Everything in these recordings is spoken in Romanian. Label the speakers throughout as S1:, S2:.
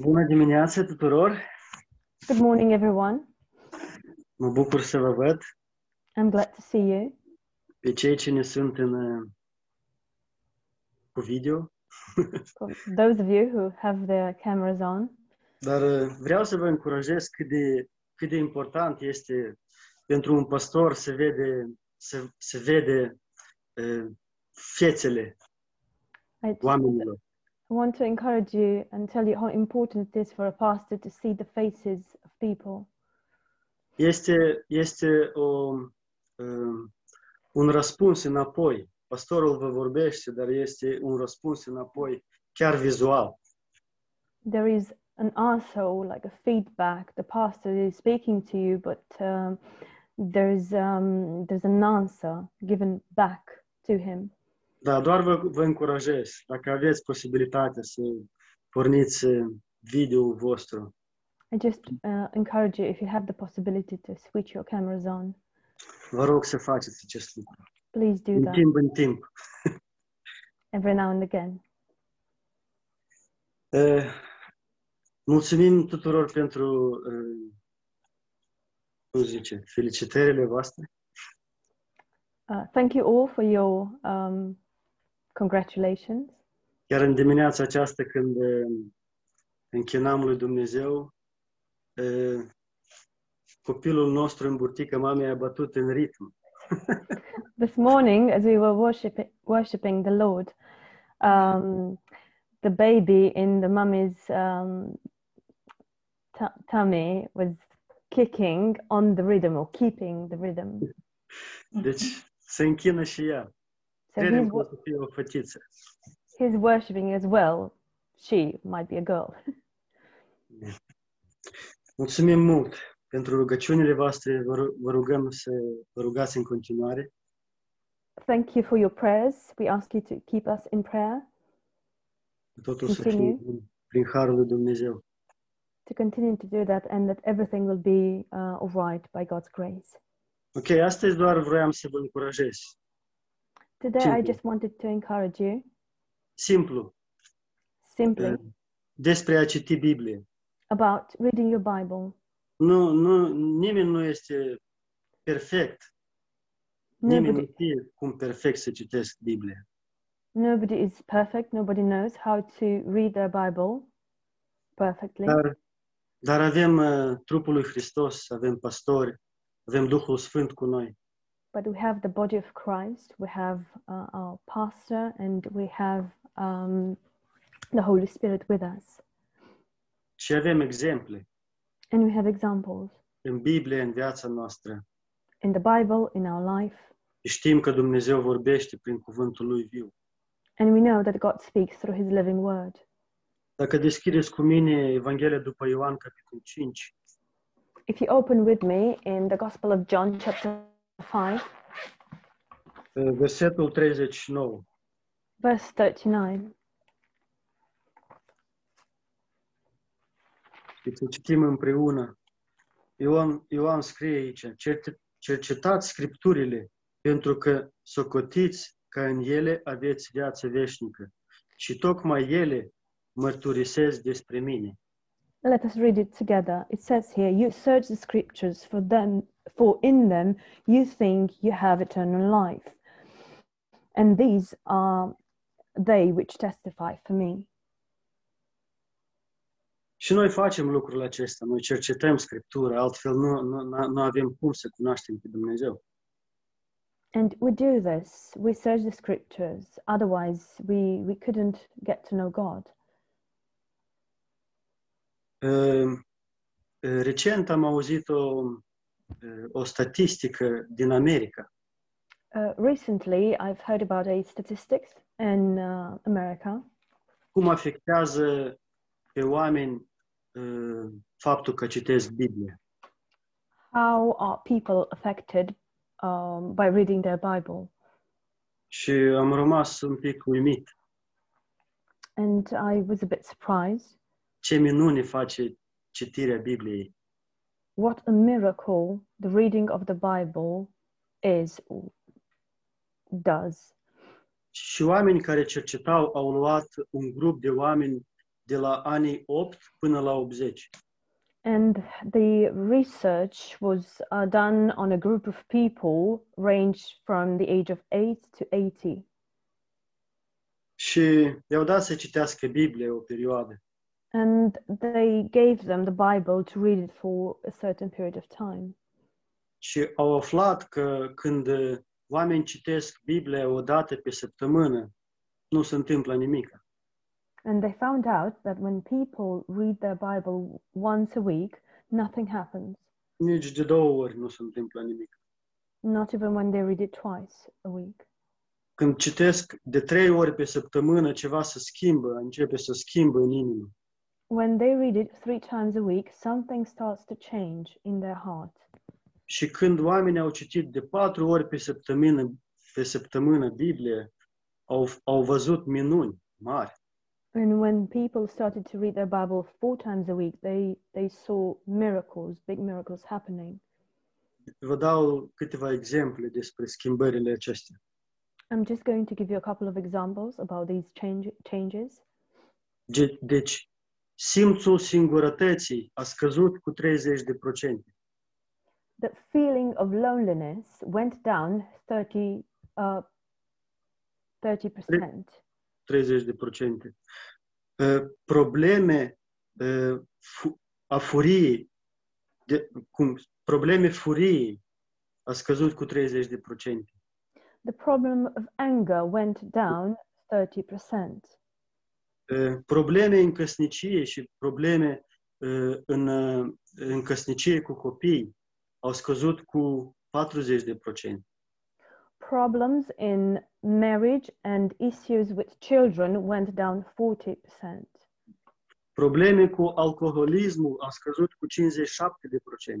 S1: Bună dimineața tuturor!
S2: Good morning, everyone.
S1: Mă bucur să vă văd
S2: I'm glad to see you.
S1: pe cei ce ne sunt în, uh, cu video,
S2: For those of you who have their cameras on,
S1: dar uh, vreau să vă încurajez cât de, cât de important este pentru un pastor să vede, să, să vede uh, fețele
S2: I just
S1: oamenilor.
S2: want to encourage you and tell you how important it is for a pastor to see the faces of people.
S1: Este, este o, uh, un răspuns înapoi. Pastorul vă vorbește, dar este un răspuns înapoi, chiar vizual.
S2: There is an answer, or like a feedback. The pastor is speaking to you, but um, there's um, there's an answer given back to him.
S1: Da, doar vă, vă încurajez, dacă aveți posibilitatea să porniți eh, video-ul vostru.
S2: I just uh, encourage you if you have the possibility to switch your cameras on,
S1: Vă rog să faceți acest lucru.
S2: please do
S1: Din
S2: that
S1: timp în timp.
S2: every now and again.
S1: Eh, Mulțumim tuturor pentru, eh, cum zice, felicitările voastre.
S2: Uh, thank you all for your um, congratulations.
S1: Chiar în dimineața aceasta, când eh, închinam lui Dumnezeu, eh, copilul nostru în burtică mamei a bătut în ritm.
S2: This morning, as we were worshiping, worshiping the Lord, um, the baby in the mummy's um, tu- tummy was kicking on the rhythm or keeping the rhythm.
S1: Deci se închină și ea.
S2: So
S1: Credem
S2: he's,
S1: că o
S2: wo-
S1: să fie o fătiță.
S2: he's worshipping as well. She might be a girl.
S1: Mulțumim mult pentru rugăciunile voastre. Vă ru- vă rugăm să vă rugați în continuare.
S2: Thank you for your prayers. We ask you to keep us in prayer,
S1: Totul să fie
S2: Mulțumim.
S1: bun prin Harul lui Dumnezeu.
S2: to continue to do that, and that everything will be uh, all right by God's grace.
S1: Ok, astăzi doar vroiam să vă încurajez.
S2: Today, I
S1: Simple.
S2: just wanted to encourage you
S1: Simplu,
S2: simply
S1: eh, despre a citi Biblie.
S2: about reading your Bible.
S1: Nu, nu, nimeni nu este perfect. Nimeni nu
S2: Nobody,
S1: știe cum perfect să citesc Biblia.
S2: nobody is perfect. Nobody knows how to read their Bible perfectly.
S1: Dar, dar avem eh, trupul lui Hristos, avem pastori, avem Duhul Sfânt cu noi.
S2: But we have the body of Christ. We have uh, our pastor, and we have um, the Holy Spirit with us,
S1: Și avem exemple
S2: and we have examples
S1: în Biblie, în viața noastră.
S2: in the Bible, in our life,
S1: Știm că Dumnezeu vorbește prin cuvântul lui viu.
S2: and we know that God speaks through His living Word.
S1: Dacă deschideți cu mine Evanghelia după Ioan, capitolul 5,
S2: If you open with me in the Gospel of John, chapter five,
S1: versetul 39.
S2: verse thirty-nine.
S1: Și să citim împreună. Ioan, Ioan scrie aici, "Cerce- cercetați scripturile, pentru că socotiți că în ele aveți viață veșnică. Și tocmai ele mărturisesc despre mine.
S2: Let us read it together. It says here, You search the scriptures, for them for in them you think you have eternal life. And these are they which testify for me.
S1: Și noi facem lucrul acesta, noi cercetăm Scriptura, altfel nu, nu, nu avem cum să cunoaștem pe Dumnezeu.
S2: And we do this, we search the scriptures, otherwise we, we couldn't get to know God.
S1: Uh, Recent am auzit o, uh, o statistică din America.
S2: Uh, recently, I've heard about a statistics in uh, America,
S1: Cum afectează pe oameni uh, faptul că citesc Biblia?
S2: how are people affected um, by reading their Bible?
S1: Și am rămas un pic uimit.
S2: And I was a bit surprised
S1: Ce minune face citirea Bibliei.
S2: what a miracle the reading of the Bible is or does.
S1: Și oameni care cercetau au luat un grup de oameni de la anii 8 până la 80.
S2: And the research was uh, done on a group of people ranged from the age of 8 to 80.
S1: Și i-au dat să citească Biblie o perioadă.
S2: And they gave them the Bible to read it for a certain period of time.
S1: Și au aflat că când uh, oameni citesc Biblia o dată pe săptămână, nu se întâmplă nimic.
S2: And they found out that when people read their Bible once a week, nothing happens,
S1: Nici de două ori nu se întâmplă nimic.
S2: not even when they read it twice a week.
S1: Când citesc de trei ori pe săptămână, ceva se schimbă, începe să schimbă în inimă.
S2: When they read it three times a week, something starts to change in their heart.
S1: Și când oamenii au citit de patru ori pe săptămână, pe săptămână Biblie, au, au văzut minuni mari.
S2: And when people started to read their Bible four times a week, they, they saw miracles, big miracles happening.
S1: Vă dau câteva exemple despre schimbările acestea.
S2: I'm just going to give you a couple of examples about these change, changes.
S1: Ge- Deci, simțul singurătății a scăzut cu 30%.
S2: The feeling of loneliness went down 30, uh, 30%.
S1: 30%. Uh, Probleme uh, fu- a furiei, de, cum, probleme furiei a scăzut cu 30%.
S2: The problem of anger went down 30%.
S1: Uh, Probleme în căsnicie și probleme uh, în, uh, în căsnicie cu copii au scăzut cu 40%.
S2: Problems in marriage and issues with children went down 40%.
S1: Probleme cu alcoolismul au scăzut cu 57%.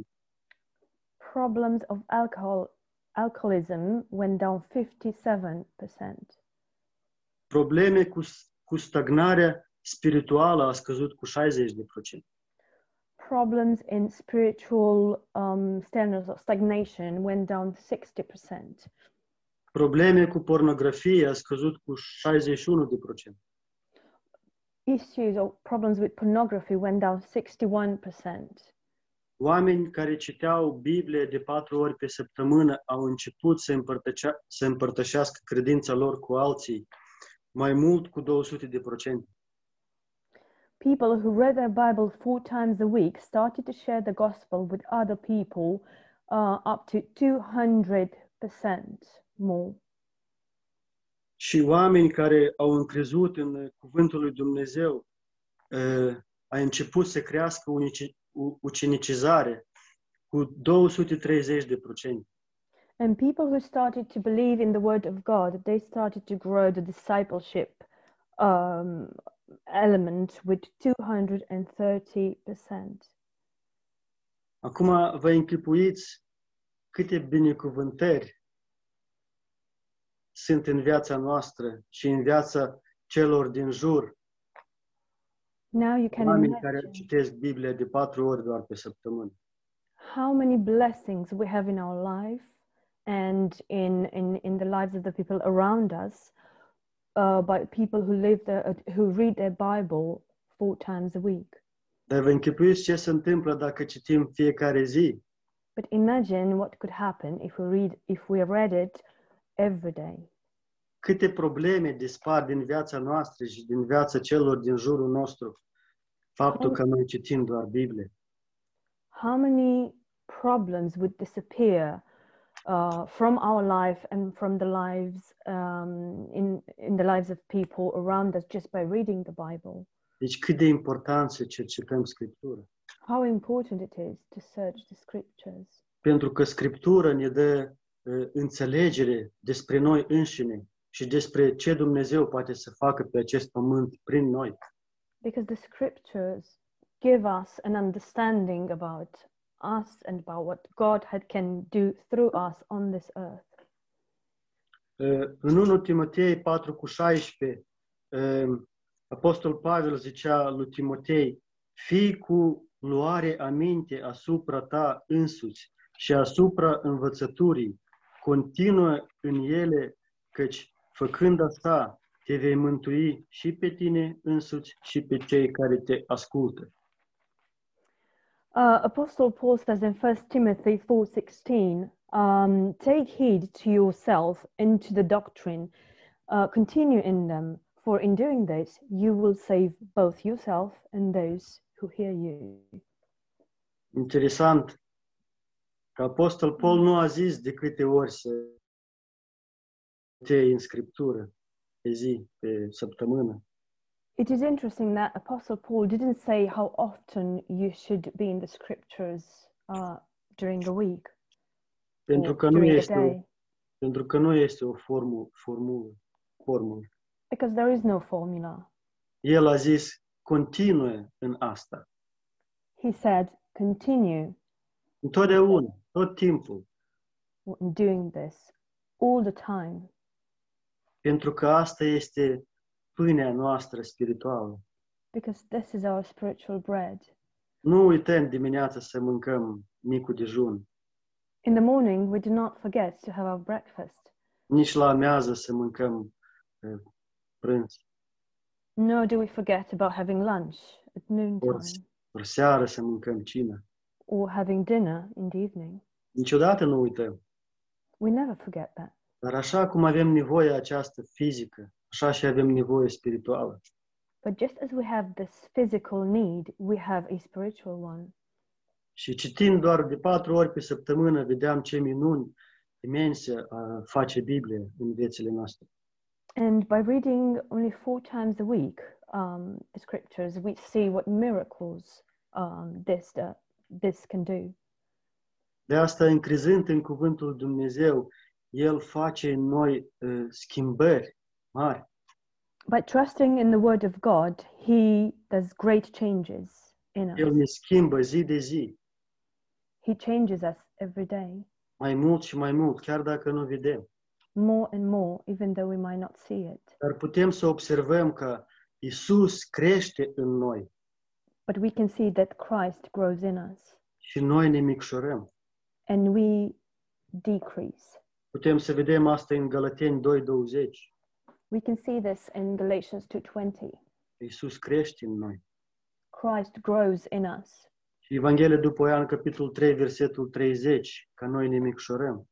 S2: Problems of alcohol alcoholism went down 57%.
S1: probleme cu, cu stagnarea spirituală a scăzut cu 60%.
S2: Problems in spiritual um, standards of stagnation went down 60%.
S1: Probleme cu pornografie a scăzut cu 61%.
S2: issues or problems with pornography went down 61%.
S1: Oameni care citeau Biblie de patru ori pe săptămână au început să, împărtășea, să împărtășească credința lor cu alții, mai mult cu 200%.
S2: People who read their Bible four times a week started to share the gospel with other people uh, up to 200% more.
S1: Și oameni care au încrezut în cuvântul lui Dumnezeu eh, a început să crească unici, u- ucenicizare cu 230%.
S2: And people who started to believe in the word of God, they started to grow the discipleship um, element with 230%.
S1: Acum vă închipuiți câte binecuvântări sunt în viața noastră și în viața celor din jur,
S2: Now you can
S1: oameni care
S2: imagine
S1: citesc Biblia de patru ori doar pe săptămână.
S2: how many blessings we have in our life and in in, in the lives of the people around us uh, by people who live their, who read their bible four times a week
S1: Dar vă închipuiți ce se întâmplă dacă citim fiecare zi
S2: but imagine what could happen if we read if we read it every day
S1: câte probleme dispar din viața noastră și din viața celor din jurul nostru faptul că noi citim doar Biblie.
S2: how many problems would disappear uh, from our life and from the lives um, in in the lives of people around us just by reading the bible
S1: Deci cât de important să cercetăm Scriptura.
S2: how important it is to search the scriptures
S1: Pentru că Scriptura ne dă uh, înțelegere despre noi înșine și despre ce Dumnezeu poate să facă pe acest pământ prin noi.
S2: because the scriptures give us an understanding about us and about what God had, can do through us on this earth.
S1: Uh, În 1 Timotei 4 cu 16, uh, Apostol Pavel zicea lui Timotei, fii cu luare aminte asupra ta însuți și asupra învățăturii, continuă în ele, căci făcând asta te vei mântui și pe tine însuți și pe cei care te ascultă.
S2: Uh, Apostle Paul says in 1 Timothy 4:16, um, "Take heed to yourself and to the doctrine; uh, continue in them, for in doing this you will save both yourself and those who hear you."
S1: Interesant că Apostol Paul nu a zis de câte ori să te în Scriptură, pe zi, pe săptămână.
S2: It is interesting that Apostle Paul didn't say how often you should be in the scriptures uh, during the week
S1: Pentru
S2: or
S1: că nu
S2: during
S1: este,
S2: the
S1: o,
S2: day,
S1: pentru că nu este o formulă, formulă, formulă.
S2: because there is no formula.
S1: El a zis, continuă în asta.
S2: He said, "Continue
S1: Întotdeauna, tot timpul.
S2: in doing this all the time,
S1: Pentru că asta este pâinea noastră spirituală.
S2: because this is our spiritual bread."
S1: Nu uităm dimineața să mâncăm micul dejun,
S2: In the morning, we do not forget to have our breakfast,
S1: nici la amiază să mâncăm eh, prânz,
S2: nor do we forget about having lunch at noontime
S1: Course. ori seară să mâncăm cina.
S2: or having dinner in the evening.
S1: Niciodată nu uităm.
S2: We never forget that.
S1: Dar așa cum avem nevoie această fizică, așa și avem nevoie spirituală.
S2: But just as we have this physical need, we have a spiritual one.
S1: Și citind doar de patru ori pe săptămână, vedeam ce minuni imense uh, face Biblia în viețile noastre.
S2: And by reading only four times a week um, the scriptures, we see what miracles um, this, uh, this can do.
S1: De asta, încrezând în cuvântul lui Dumnezeu, El face în noi uh, schimbări mari.
S2: By trusting in the word of God, He does great changes in us.
S1: El ne schimbă zi de zi,
S2: He changes us every day,
S1: mai mult și mai mult, chiar dacă nu vedem.
S2: more and more, even though we might not see it.
S1: Dar putem să observăm că Isus crește în noi
S2: But we can see that Christ grows in us
S1: și noi ne micșorăm.
S2: and we decrease.
S1: Putem să vedem asta în Galateni 2:20.
S2: We can see this in Galatians 2:20.
S1: Iisus crește în noi.
S2: Christ grows in us.
S1: Și Evanghelia după Ioan, capitolul 3, versetul 30, ca noi ne micșorăm.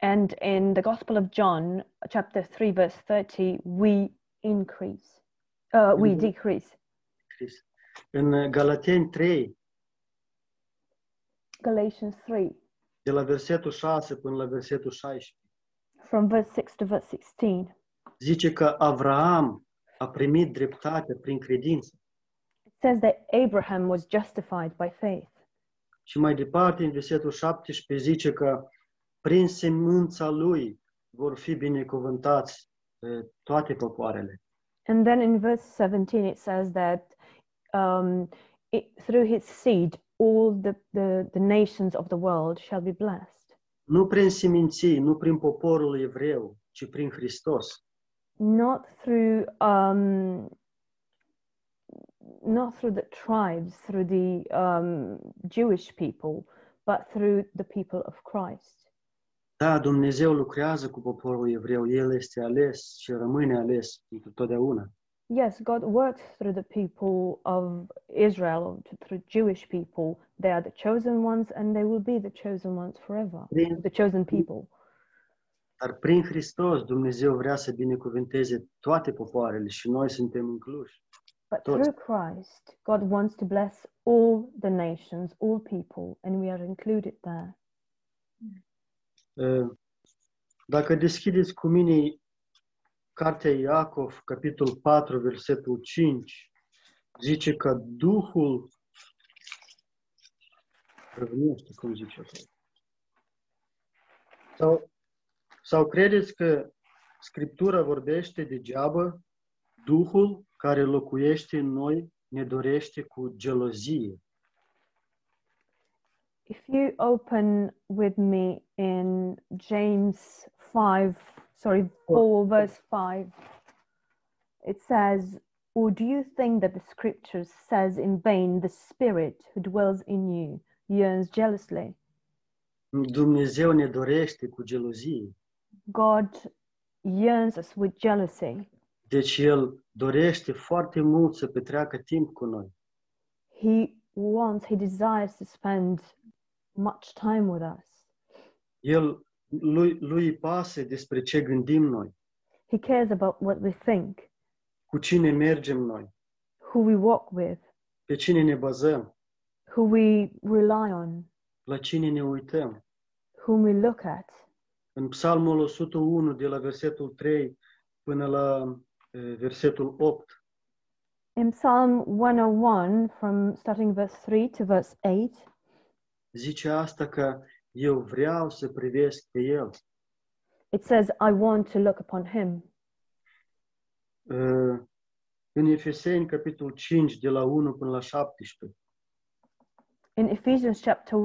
S2: And in the Gospel of John, chapter 3 verse 30, we increase. Uh, we
S1: Mhm.
S2: decrease.
S1: Scris. În Galateni 3,
S2: Galatians 3
S1: de la versetul 6 până la versetul 16,
S2: from verse 6 to verse 16.
S1: zice că Avraam a primit dreptate prin credință.
S2: It says that Abraham was justified by faith.
S1: Și mai departe, în versetul 17, zice că prin semința lui vor fi binecuvântați eh, toate popoarele.
S2: And then in verse 17, it says that um, it, through his seed, all the, the, the nations of the world shall be blessed.
S1: Nu prin seminții, nu prin poporul evreu, ci prin Hristos.
S2: Not through, um, not through the tribes, through the um, Jewish people, but through the people of Christ.
S1: Da, Dumnezeu lucrează cu poporul evreu, El este ales și rămâne ales pentru totdeauna.
S2: Yes, God works through the people of Israel, through Jewish people. They are the chosen ones and they will be the chosen ones forever,
S1: Prin,
S2: the chosen people.
S1: dar prin Hristos Dumnezeu vrea să binecuvânteze toate popoarele și noi suntem incluși.
S2: But
S1: Thoughts?
S2: through Christ, God wants to bless all the nations, all people, and we are included there.
S1: Uh, Dacă deschideți cu mine cartea Iacov, capitolul 4, versetul 5, zice că Duhul nu știu cum zice acolo. Sau, sau credeți că Scriptura vorbește degeabă? Duhul care locuiește în noi ne dorește cu gelozie.
S2: If you open with me in James 5, sorry, 4, verse 5, it says, Or do you think that the scripture says in vain, the spirit who dwells in you yearns jealously?
S1: Dumnezeu ne dorește cu gelozie.
S2: God yearns us with jealousy.
S1: Deci El dorește foarte mult să petreacă timp cu noi.
S2: He wants, he desires to spend much time with us.
S1: El, lui, lui îi pasă despre ce gândim noi,
S2: He cares about what we think,
S1: cu cine mergem noi,
S2: who we walk with,
S1: pe cine ne bazăm,
S2: who we rely on,
S1: la cine ne uităm.
S2: whom we look at.
S1: În Psalmul 101, de la versetul 3 până la e, versetul 8,
S2: In Psalm 101, from starting verse 3 to verse 8,
S1: zice asta că eu vreau să privesc pe El.
S2: it says, I want to look upon him.
S1: Uh, în Efeseni, capitolul 5, de la 1 până la 17,
S2: In Ephesians chapter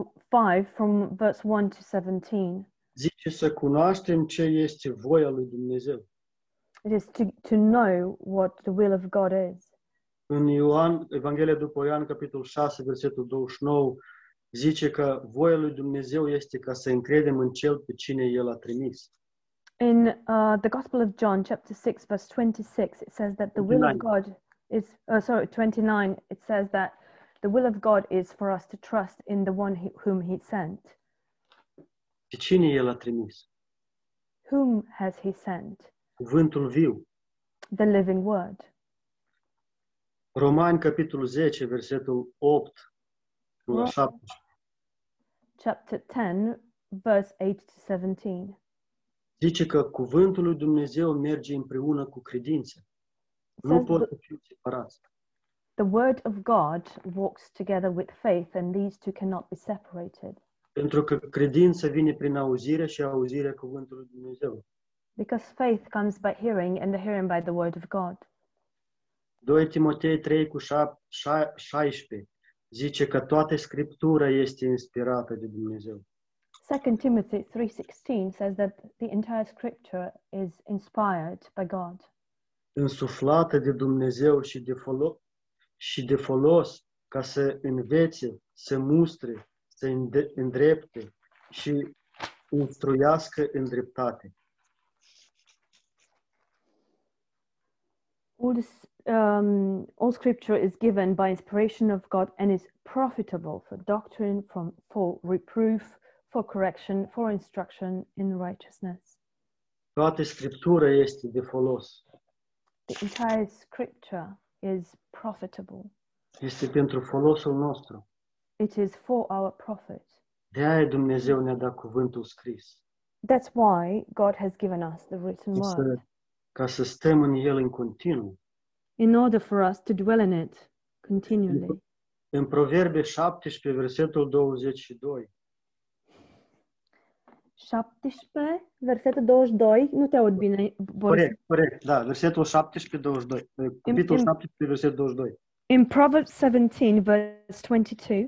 S2: 5, from verse 1 to 17,
S1: zice să cunoaștem ce este voia lui Dumnezeu.
S2: it is to, to know what the will of God is.
S1: În Ioan, Evanghelia după Ioan, capitolul 6, versetul 29, zice că voia lui Dumnezeu este ca să încredem în Cel pe cine El a trimis.
S2: In uh, the Gospel of John, chapter 6, verse 26, it says that the will of
S1: 29.
S2: God is, uh, sorry, 29, it says that the will of God is for us to trust in the one he, whom he sent.
S1: Pe cine El a trimis?
S2: Whom has he sent?
S1: Cuvântul viu.
S2: The living word.
S1: Romani, capitolul 10, versetul 8 până la 17.
S2: Chapter 10, verse 8 to 17.
S1: Zice că cuvântul lui Dumnezeu merge împreună cu credința.
S2: It
S1: Nu
S2: says
S1: pot
S2: that
S1: să fiu separați.
S2: the word of God walks together with faith, and these two cannot be separated.
S1: Pentru că credința vine prin auzire și auzirea cuvântului lui Dumnezeu.
S2: Because faith comes by hearing, and the hearing by the word of God.
S1: 2 Timotei 3 cu șap- șa- 16 zice că toată Scriptura este inspirată de Dumnezeu.
S2: 2 Timothy 3:16 says that the entire scripture is inspired by God
S1: Însuflată de Dumnezeu și de, folo- și de folos ca să învețe, să mustre, să înde- îndrepte și instruiască în dreptate.
S2: all this um, all scripture is given by inspiration of God and is profitable for doctrine from for reproof for correction for instruction in righteousness
S1: Toată Scriptura este de folos.
S2: the entire scripture is profitable
S1: Este pentru folosul nostru.
S2: it is for our profit
S1: De aia Dumnezeu ne-a dat cuvântul scris.
S2: that's why God has given us the written
S1: Ca să,
S2: word
S1: ca să stăm în el în continuu.
S2: in order for us to dwell in it continually
S1: În Proverbe 17, versetul 22,
S2: 17, versetul 22, nu te aud bine, Boris.
S1: corect, corect, da, versetul 17, 22, eh, capitolul
S2: în-
S1: 17, versetul 22.
S2: In Proverbs 17, verse 22,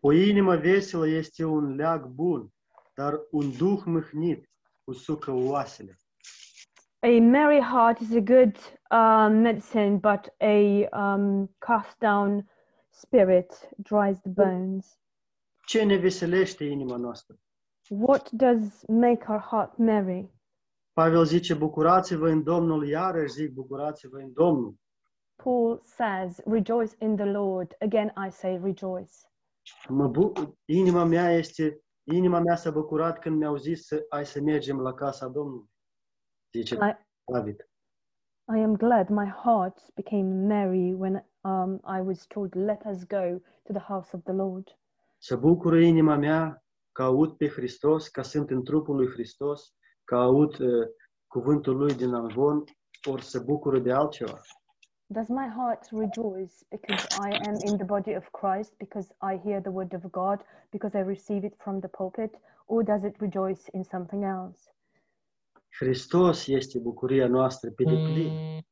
S1: O inimă veselă este un leag bun, dar un duh mâhnit usucă oasele.
S2: a merry heart is a good um, medicine, but a um, cast down spirit dries the bones.
S1: Ce ne veselește inima noastră?
S2: What does make our heart merry?
S1: Pavel zice, bucurați-vă în Domnul, iarăși zic, bucurați-vă în Domnul.
S2: Paul says, Rejoice in the Lord. Again, I say, rejoice.
S1: Mă bu- inima mea este, inima mea s-a bucurat când mi-au zis să, hai să mergem la casa Domnului, zice
S2: I,
S1: David.
S2: I am glad my heart became merry when um, I was told, Let us go to the house of the Lord.
S1: Să bucură inima mea că aud pe Hristos, că sunt în trupul lui Hristos, că aud uh, cuvântul lui din Anvon, ori să bucură de altceva.
S2: Does my heart rejoice because I am in the body of Christ, because I hear the word of God, because I receive it from the pulpit, or does it rejoice in something else?
S1: Hristos este bucuria noastră pe deplin.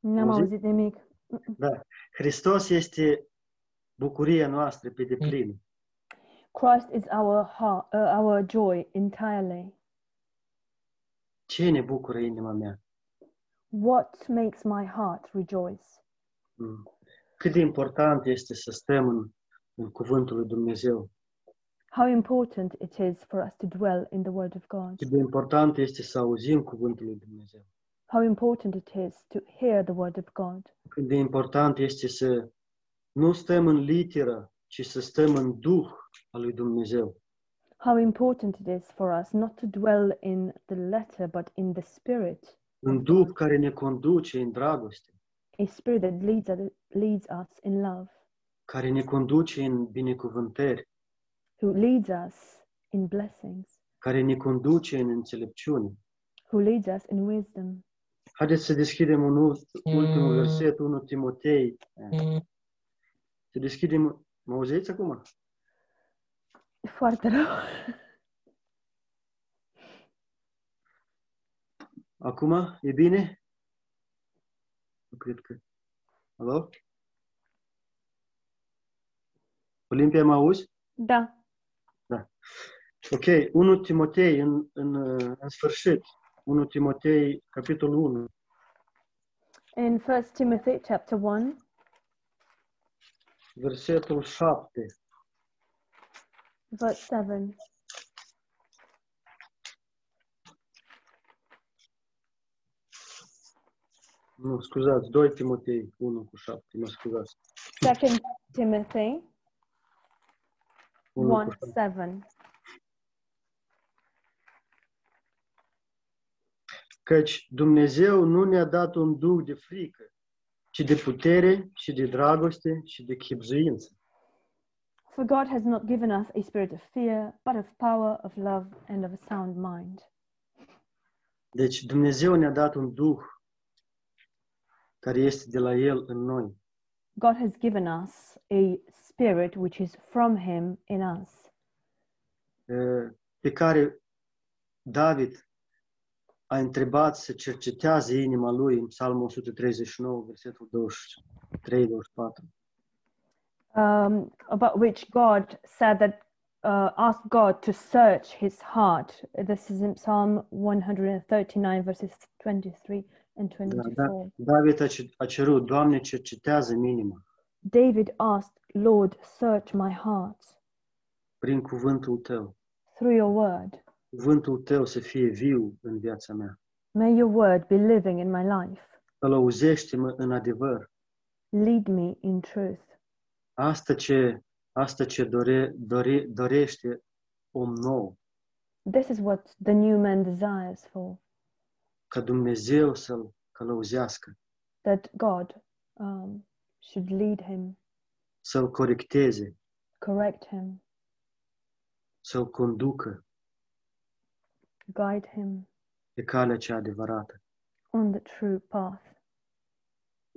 S2: N-am
S1: Auzi?
S2: auzit nimic.
S1: Da. Hristos este bucuria noastră pe deplin.
S2: Christ is our heart, uh, our joy entirely.
S1: Ce ne bucură inima mea?
S2: What makes my heart rejoice?
S1: Mm. Cât de important este să stăm în, în cuvântul lui Dumnezeu.
S2: how important it is for us to dwell in the Word of God,
S1: Cât de important este să auzim cuvântul lui Dumnezeu.
S2: how important it is to hear the Word of God,
S1: Cât de important este să nu stăm în literă, ci să stăm în Duh al lui Dumnezeu.
S2: how important it is for us not to dwell in the letter but in the Spirit,
S1: În Duh care ne conduce în dragoste,
S2: a Spirit that leads us, leads us in love,
S1: care ne conduce în binecuvântări,
S2: who leads us in blessings,
S1: care ne conduce în înțelepciune.
S2: who leads us in wisdom.
S1: Haideți să deschidem un ult- ultimul verset, 1 Timotei. Să deschidem... Mă auziți acum?
S2: Foarte rău.
S1: Acum? E bine? Nu cred că... Alo? Olimpia, mă auzi?
S2: Da.
S1: Ok, 1 Timotei, în, în, uh, în sfârșit, 1 Timotei, capitolul 1,
S2: In First Timothy chapter 1,
S1: versetul 7.
S2: verse 7.
S1: Nu, scuzați, 2 Timotei 1 cu 7, mă scuzați.
S2: Second Timothy
S1: 1
S2: 1
S1: cu 7.
S2: 7.
S1: Căci Dumnezeu nu ne-a dat un duh de frică, ci de putere și de dragoste și de chipzuință.
S2: For God has not given us a spirit of fear, but of power, of love, and of a sound mind.
S1: Deci Dumnezeu ne-a dat un duh care este de la El în noi.
S2: God has given us a spirit which is from Him in us,
S1: uh, pe care David a întrebat să cercetează inima lui în Psalmul 139, versetul 23-24.
S2: um, about which God said that, uh, ask God to search His heart. This is in Psalm 139, verses 23 and 24.
S1: David a, ce- a cerut, Doamne, cercetează inima
S2: David asked, Lord, search my heart
S1: prin cuvântul tău.
S2: through your word.
S1: Cuvântul tău să fie viu în viața mea.
S2: May your word be living in my life.
S1: Călăuzește-mă în adevăr.
S2: Lead me in truth.
S1: Asta ce, asta ce dore, dore, dorește om nou,
S2: This is what the new man desires for,
S1: ca Dumnezeu să-l călăuzească,
S2: that God um, should lead him,
S1: să-l corecteze,
S2: correct him,
S1: să-l conducă
S2: guide him
S1: pe calea cea adevărată.
S2: on the true path.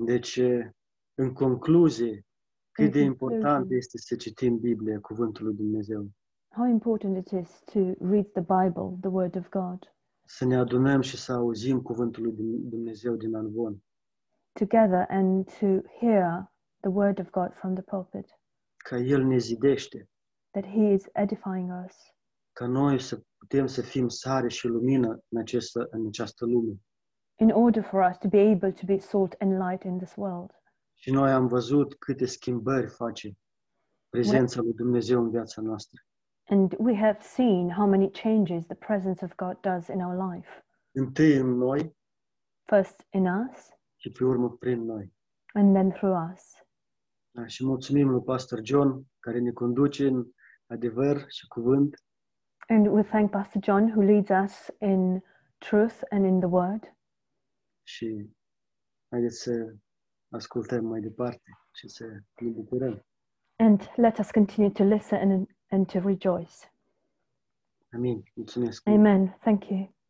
S1: Deci, e, în concluzie, cât de
S2: În
S1: important
S2: concluzie.
S1: este să citim Biblia, Cuvântul lui Dumnezeu,
S2: How important it is to read the Bible, the Word of God,
S1: să ne adunăm și să auzim Cuvântul lui Dum- Dumnezeu din Anvon,
S2: together and to hear the Word of God from the pulpit,
S1: ca El ne zidește,
S2: that He is edifying us,
S1: ca noi să putem să fim sare și lumină în, această, în această lume.
S2: in order for us to be able to be salt and light in this world.
S1: Și noi am văzut câte schimbări face prezența lui Dumnezeu în viața noastră.
S2: And we have seen how many changes the presence of God does in our life,
S1: Întâi în noi
S2: first in us
S1: și pe urmă prin noi.
S2: and then through us.
S1: Da, și mulțumim lui Pastor John, care ne conduce în adevăr și cuvânt
S2: And we thank Pastor John who leads us in truth and in the word.
S1: și haideți să ascultăm mai departe și să ne bucurăm.
S2: And let us continue to listen and, and to rejoice.
S1: Amin. Mulțumesc.
S2: Amen. Thank you.